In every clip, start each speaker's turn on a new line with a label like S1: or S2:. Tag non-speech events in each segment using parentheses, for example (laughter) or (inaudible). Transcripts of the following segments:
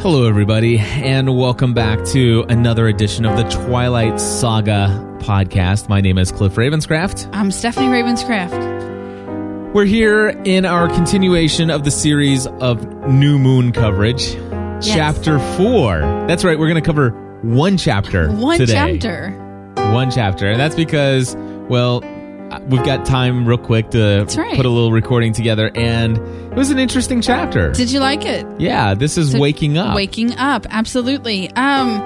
S1: Hello, everybody, and welcome back to another edition of the Twilight Saga podcast. My name is Cliff Ravenscraft.
S2: I'm Stephanie Ravenscraft.
S1: We're here in our continuation of the series of new moon coverage, chapter four. That's right, we're going to cover one chapter
S2: One
S1: today.
S2: chapter.
S1: One chapter, and that's because, well, uh, we've got time real quick to
S2: right.
S1: put a little recording together, and it was an interesting chapter.
S2: Did you like it?
S1: yeah, this is
S2: So-
S1: waking up.
S2: Waking up. Absolutely. Um,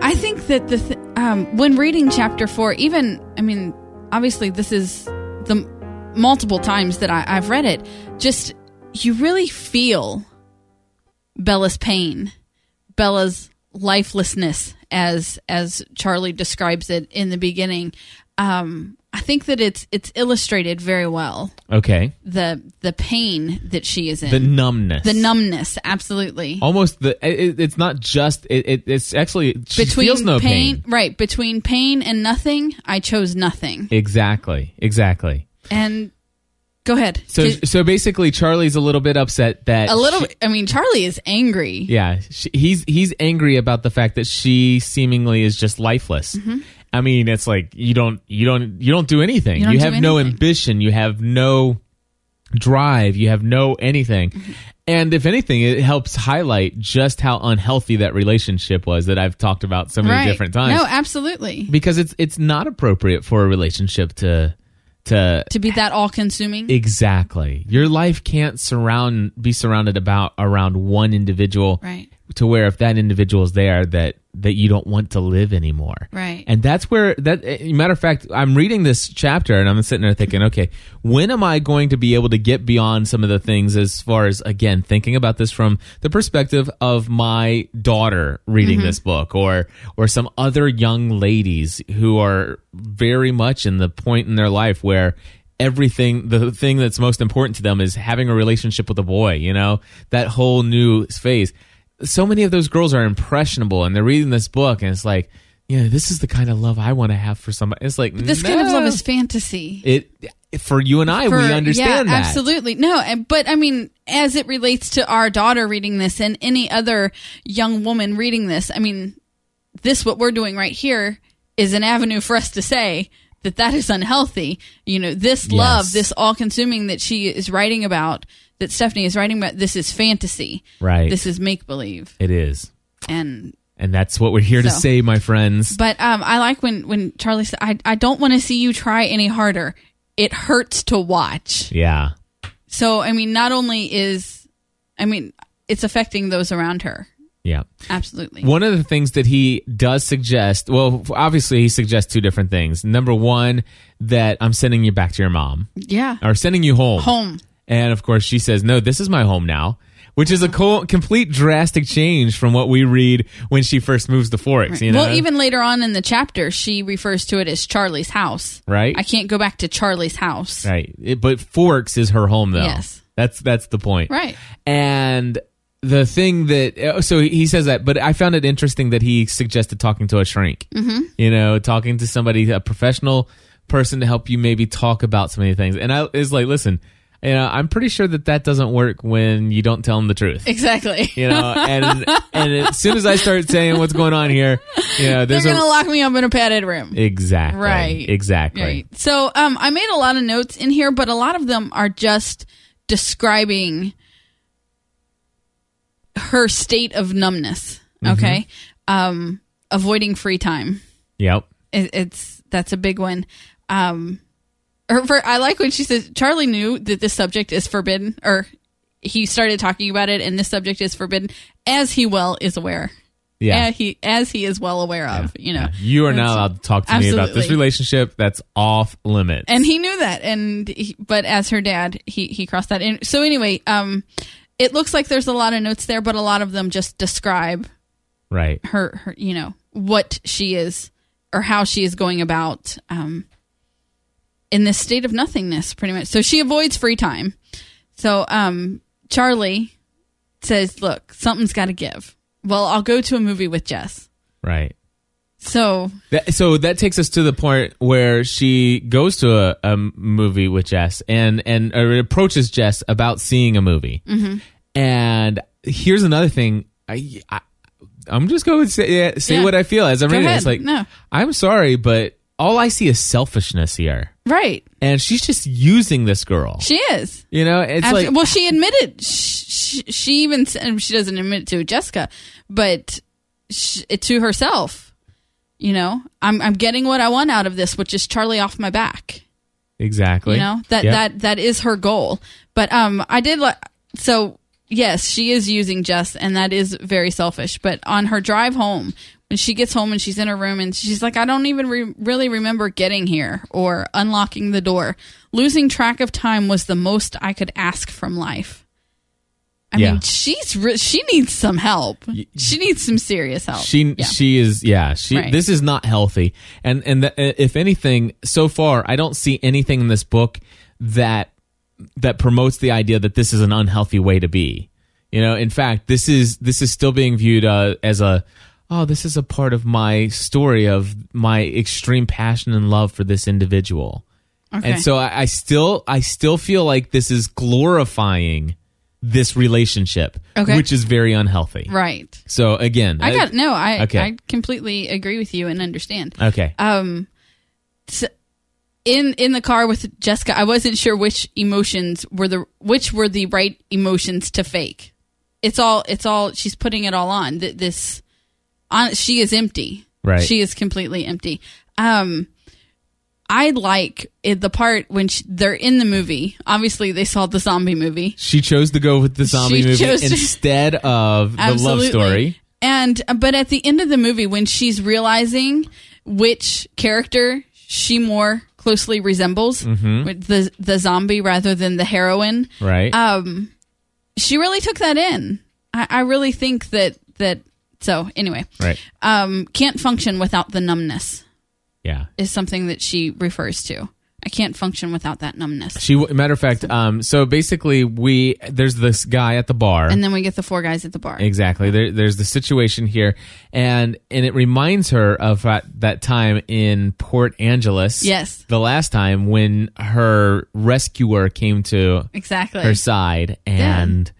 S2: I think that the th- um, when reading chapter four, even I mean, obviously this is the m- multiple times that I, I've read it. Just you really feel Bella's pain, Bella's lifelessness, as as Charlie describes it in the beginning. Um, I think that it's it's illustrated very well.
S1: okay,
S2: the the pain that she is in
S1: the numbness. Oh,
S2: The numbness absolutely
S1: almost the it, it's not just it, it it's actually she
S2: between
S1: feels no pain.
S2: right between pain and nothing i chose nothing
S1: exactly exactly
S2: and go ahead
S1: so
S2: Did-
S1: so basically charlie's a little bit upset that
S2: a little
S1: she-
S2: i mean charlie is angry
S1: yeah she, he's he's angry about the fact that she seemingly is just lifeless
S2: Mm-hmm.
S1: i mean it's like you don't you don't you don't do anything
S2: You
S1: you,
S2: don't do
S1: have no
S2: anything.
S1: ambition you have no drive you have no anything
S2: Mm-hmm.
S1: and if anything it helps highlight just how unhealthy that relationship was that i've talked about so many
S2: right
S1: different times
S2: no absolutely
S1: because it's it's not appropriate for a relationship to to
S2: to be that all consuming
S1: exactly your life can't surround be surrounded about around one individual
S2: right
S1: to where if that individual is there that that you don't want to live anymore
S2: Right.
S1: and that's where that eh, matter of fact i'm reading this chapter and i'm sitting there thinking okay when am i going to be able to get beyond some of the things as far as again thinking about this from the perspective of my daughter reading this book or or some other young ladies who are very much in the point in their life where everything the thing that's most important to them is having a relationship with a boy you know that whole new phase so many of those girls are impressionable and they're reading this book and it's like you know this is the kind of love i want to have for somebody it's like
S2: this kind of
S1: no.
S2: love is fantasy
S1: it for you and i
S2: for-
S1: we understand
S2: yeah,
S1: that
S2: Absolutely. No, and- but I mean, as it relates to our daughter reading this and any other young woman reading this, I mean, this, what we're doing right here, is an avenue for us to say that that is unhealthy. You know, this
S1: Yes.
S2: love, this all consuming that she is writing about, that Stephanie is writing about, this is fantasy.
S1: right
S2: This is make believe.
S1: it is
S2: And
S1: and that's what we're here to
S2: So.
S1: say my friends
S2: but um, I like when when Charlie said, "I I don't want to see you try any harder. It hurts to watch."
S1: yeah
S2: So, I mean, not only is, I mean, it's affecting those around her.
S1: yeah
S2: Absolutely.
S1: One of the things that he does suggest, well, obviously he suggests two different things. Number one, that I'm sending you back to your mom
S2: Yeah.
S1: or sending you home.
S2: Home.
S1: And of course, she says, no, this is my home now, which is a co- complete drastic change from what we read when she first moves to Forex, you know?
S2: Well, even later on in the chapter, she refers to it as Charlie's house.
S1: Right.
S2: I can't go back to Charlie's house.
S1: Right. It- but Forks is her home, though.
S2: Yes.
S1: That's that's the point.
S2: Right.
S1: And the thing that oh, so he says that, but I found it interesting that he suggested talking to a shrink. Mm-hmm. You know, talking to somebody, a professional person to help you maybe talk about some of the things. And I is like, listen, you know, I'm pretty sure that that doesn't work when you don't tell them the truth.
S2: Exactly.
S1: You know, and and as soon as I start saying what's going on here, you know,
S2: (laughs) They're
S1: there's
S2: going to
S1: a
S2: lock me up in a padded room.
S1: exactly
S2: Right.
S1: exactly
S2: Right. So um, I made a lot of notes in here, but a lot of them are just describing her state of numbness.
S1: Mm-hmm.
S2: Okay. Um, avoiding free time.
S1: yep
S2: it, it's that's a big one. Um, or for, I like when she says Charlie knew that this subject is forbidden, or he started talking about it, and this subject is forbidden, as he well is aware.
S1: yeah
S2: as he as he is well aware of, you know.
S1: You are not
S2: That's-
S1: allowed to talk to me about this
S2: Absolutely.
S1: relationship. That's off limits.
S2: and he knew that and he, but as her dad he he crossed that in so anyway um it looks like there's a lot of notes there but a lot of them just describe
S1: right.
S2: her, her you know what she is or how she is going about um, in this state of nothingness pretty much so she avoids free time so um, charlie says look something's got to give well i'll go to a movie with jess
S1: Right.
S2: so
S1: That, so that takes us to the point where she goes to a, a movie with Jess and and or approaches Jess about seeing a movie. Mm-hmm. And here's another thing I, I I'm just going to say, yeah, say
S2: Yeah.
S1: what I feel as I'm
S2: Go
S1: reading. it.
S2: ahead.
S1: It's like,
S2: No.
S1: I'm sorry, but all I see is selfishness here,
S2: Right.
S1: and she's just using this girl.
S2: She is.
S1: you know, it's
S2: Abs-
S1: like
S2: well, she admitted she, she even said- she doesn't admit it to Jessica, but sh to herself. You know, I'm I'm getting what I want out of this, which is Charlie off my back.
S1: exactly.
S2: You know that
S1: Yeah.
S2: that that is her goal. But um, I did like so. Yes, she is using Jess, and that is very selfish. But on her drive home, when she gets home and she's in her room, and she's like, "I don't even re- really remember getting here or unlocking the door. Losing track of time was the most I could ask from life." I
S1: Yeah.
S2: mean, she's re- she needs some help. She needs some serious help.
S1: She
S2: Yeah.
S1: she is yeah she
S2: Right.
S1: this is not healthy and and the, uh, if anything so far I don't see anything in this book that that promotes the idea that this is an unhealthy way to be you know in fact this is this is still being viewed uh, as a oh this is a part of my story of my extreme passion and love for this individual
S2: Okay.
S1: and so I, I still I still feel like this is glorifying this relationship
S2: Okay.
S1: which is very unhealthy
S2: right.
S1: so again
S2: I got no. I
S1: Okay.
S2: I completely agree with you and understand.
S1: okay
S2: um s- in in the car with Jessica, I wasn't sure which emotions were the which were the right emotions to fake. It's all it's all she's putting it all on th- this on she is empty.
S1: Right.
S2: She is completely empty. Um I like it, the part when she, they're in the movie. Obviously, they saw the zombie movie.
S1: She chose to go with the zombie
S2: She
S1: movie
S2: chose to-
S1: instead of the love story.
S2: And but at the end of the movie, when she's realizing which character she more closely resembles,
S1: Mm-hmm.
S2: with the the zombie rather than the heroine,
S1: Right.
S2: um, she really took that in. I, I really think that that. So anyway,
S1: right.
S2: um, can't function without the numbness
S1: Yeah.
S2: is something that she refers to. I can't function without that numbness.
S1: She w- matter of fact, um, so basically we there's this guy at the bar.
S2: And then we get the four guys at the bar.
S1: exactly. There, there's the situation here, and and it reminds her of that, that time in Port Angeles.
S2: Yes.
S1: The last time when her rescuer came to
S2: Exactly.
S1: her side and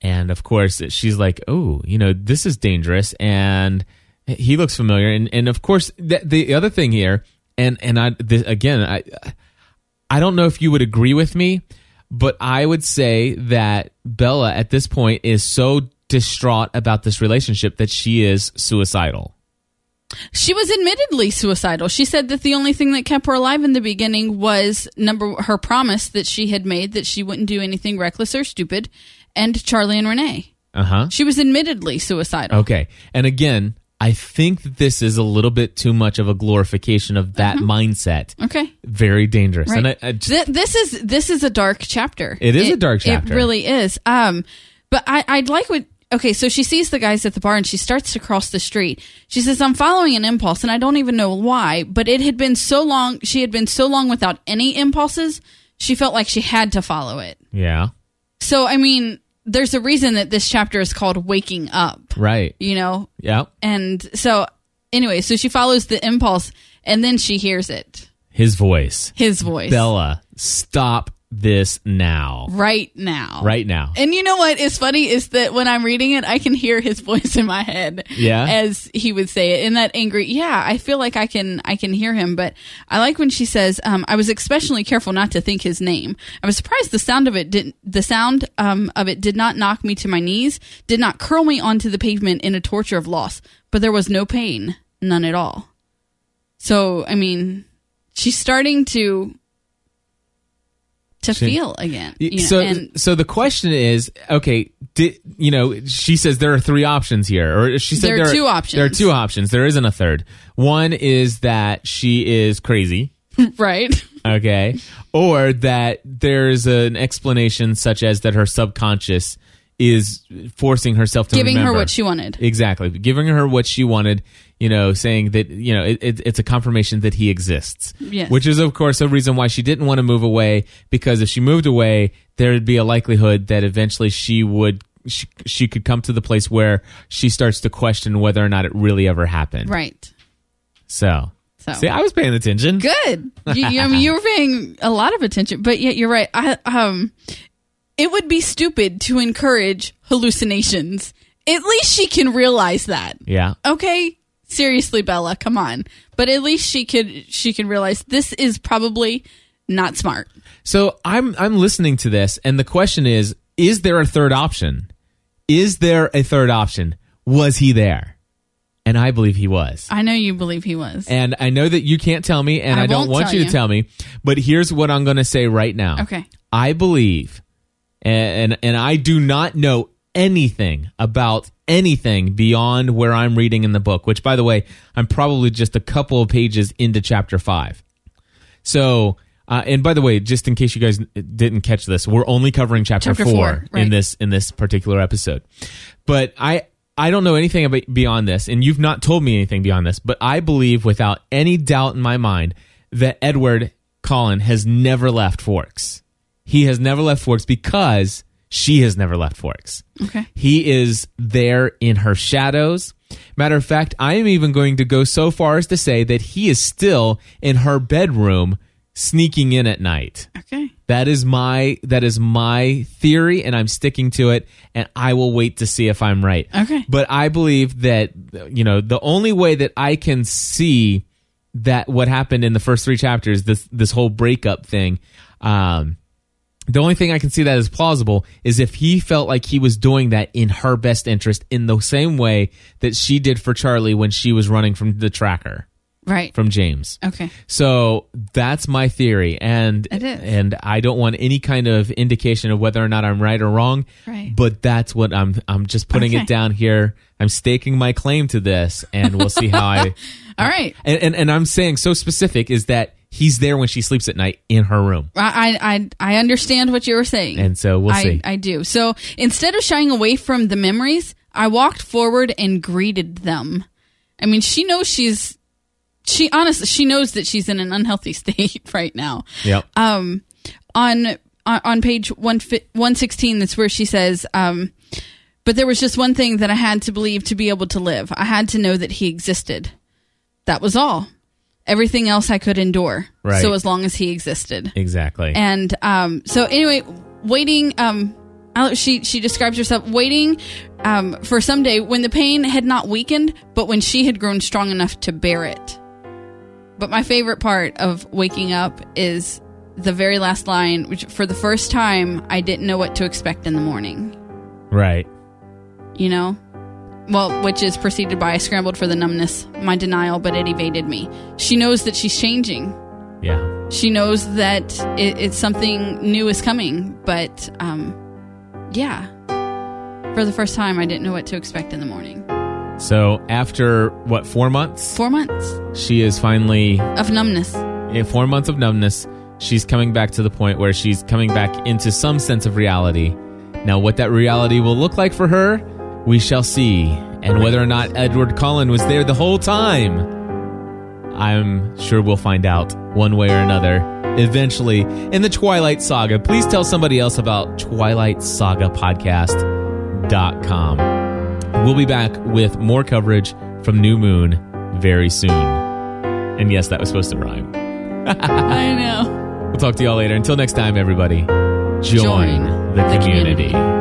S1: and of course she's like oh you know this is dangerous and he looks familiar and and of course th- the other thing here and and i this, again i i don't know if you would agree with me but i would say that bella at this point is so distraught about this relationship that she is suicidal
S2: She was admittedly suicidal. She said that the only thing that kept her alive in the beginning was number her promise that she had made that she wouldn't do anything reckless or stupid, and Charlie and Renee.
S1: uh-huh
S2: She was admittedly suicidal.
S1: Okay. And again, I think that this is a little bit too much of a glorification of that mindset.
S2: Okay.
S1: Very dangerous.
S2: Right.
S1: And I, I just,
S2: Th- this is this is a dark chapter.
S1: It is a dark
S2: It
S1: chapter.
S2: really is. Um, but I I'd like what. Okay, so she sees the guys at the bar and she starts to cross the street. She says, "I'm following an impulse, and I don't even know why, but it had been so long. She had been so long without any impulses. She felt like she had to follow it.
S1: yeah.
S2: So I mean, there's a reason that this chapter is called "Waking Up."
S1: Right.
S2: You know,
S1: Yeah.
S2: and so anyway, so she follows the impulse, and then she hears it,
S1: His voice.
S2: his voice,
S1: Bella, stop this now.
S2: right now,
S1: Right now.
S2: And you know what is funny is that when I'm reading it, I can hear his (laughs) voice in my head.
S1: Yeah.
S2: As he would say it in that angry, yeah, I feel like I can, I can hear him, but I like when she says, um, I was especially careful not to think his name. I was surprised the sound of it didn't, the sound, um, of it did not knock me to my knees, did not curl me onto the pavement in a torture of loss, but there was no pain, none at all. So, I mean, she's starting to, to feel again. you know,
S1: so (laughs)
S2: and-
S1: so the question is okay did you know she says there are three options here or she said
S2: There
S1: there,
S2: are two options.
S1: there are two options there isn't a third one is that she is crazy
S2: right. (laughs)
S1: okay or that there's an explanation such as that her subconscious is forcing herself to
S2: giving her
S1: remember.
S2: what she wanted.
S1: exactly giving her what she wanted you know saying that you know it, it, it's a confirmation that he exists
S2: Yes.
S1: which is of course a reason why she didn't want to move away because if she moved away there'd be a likelihood that eventually she would she, she could come to the place where she starts to question whether or not it really ever happened
S2: Right.
S1: so
S2: So
S1: see i was paying attention
S2: good. You, you, I mean, you were paying a lot of attention, but yet you're right. I um, it would be stupid to encourage hallucinations at least she can realize that.
S1: Yeah.
S2: Okay, seriously, Bella, come on. But at least she could she can realize this is probably not smart.
S1: So I'm I'm listening to this, and the question is: Is there a third option? Is there a third option? Was he there? And I believe he was.
S2: I know you believe he was.
S1: And I know that you can't tell me, and I,
S2: I
S1: don't
S2: won't
S1: want
S2: tell
S1: you to
S2: you.
S1: tell me. But here's what I'm going to say right now.
S2: Okay.
S1: I believe, and, and and I do not know anything about anything beyond where I'm reading in the book. Which, by the way, I'm probably just a couple of pages into chapter five. So, uh, and by the way, just in case you guys didn't catch this, we're only covering chapter,
S2: Chapter
S1: four,
S2: four, right.
S1: in this in this particular episode. But I I don't know anything about beyond this, and you've not told me anything beyond this. But I believe, without any doubt in my mind, that Edward Collin has never left Forks. He has never left Forks because she has never left Forks.
S2: Okay.
S1: He is there in her shadows. Matter of fact, I am even going to go so far as to say that he is still in her bedroom sneaking in at night.
S2: Okay.
S1: That is my that is my theory and I'm sticking to it and I will wait to see if I'm right.
S2: Okay.
S1: But I believe that you know the only way that I can see that what happened in the first three chapters this this whole breakup thing um the only thing I can see that is plausible is if he felt like he was doing that in her best interest in the same way that she did for Charlie when she was running from the tracker
S2: Right.
S1: from James.
S2: Okay.
S1: So that's my theory, and
S2: It is.
S1: and I don't want any kind of indication of whether or not I'm right or wrong.
S2: Right.
S1: But that's what I'm. I'm just putting
S2: Okay.
S1: it down here. I'm staking my claim to this, and we'll see how
S2: (laughs)
S1: I.
S2: All right.
S1: And, and and I'm saying so specific is that he's there when she sleeps at night in her room,
S2: I, I I- I understand what you were saying.
S1: and so we'll
S2: I,
S1: see.
S2: I do. So instead of shying away from the memories, I walked forward and greeted them. I mean, she knows she's she honestly she knows that she's in an unhealthy (laughs) state right now.
S1: yep.
S2: Um, on on on page one one sixteen, that's where she says, um, "But there was just one thing that I had to believe to be able to live. I had to know that he existed. That was all. Everything else I could endure.
S1: Right.
S2: So as long as he existed."
S1: exactly.
S2: and um, so anyway, waiting. Um, I- she she describes herself waiting um, for someday when the pain had not weakened, but when she had grown strong enough to bear it. But my favorite part of waking up is the very last line, which for the first time I didn't know what to expect in the morning.
S1: right.
S2: You know. Well, which is preceded by I scrambled for the numbness, my denial, but it evaded me. She knows that she's changing
S1: Yeah.
S2: she knows that it, it's something new is coming but um, yeah for the first time i didn't know what to expect in the morning
S1: So after what four months,
S2: four months
S1: she is finally
S2: of numbness
S1: in four months of numbness, she's coming back to the point where she's coming back into some sense of reality. Now, what that reality will look like for her, we shall see. And whether or not Edward Cullen was there the whole time, I'm sure we'll find out one way or another eventually in the Twilight Saga. Please tell somebody else about Twilight Saga Podcast.com. We'll be back with more coverage from New Moon very soon. And yes, that was supposed to rhyme.
S2: i know
S1: We'll talk to y'all later. Until next time, everybody, join, the, community.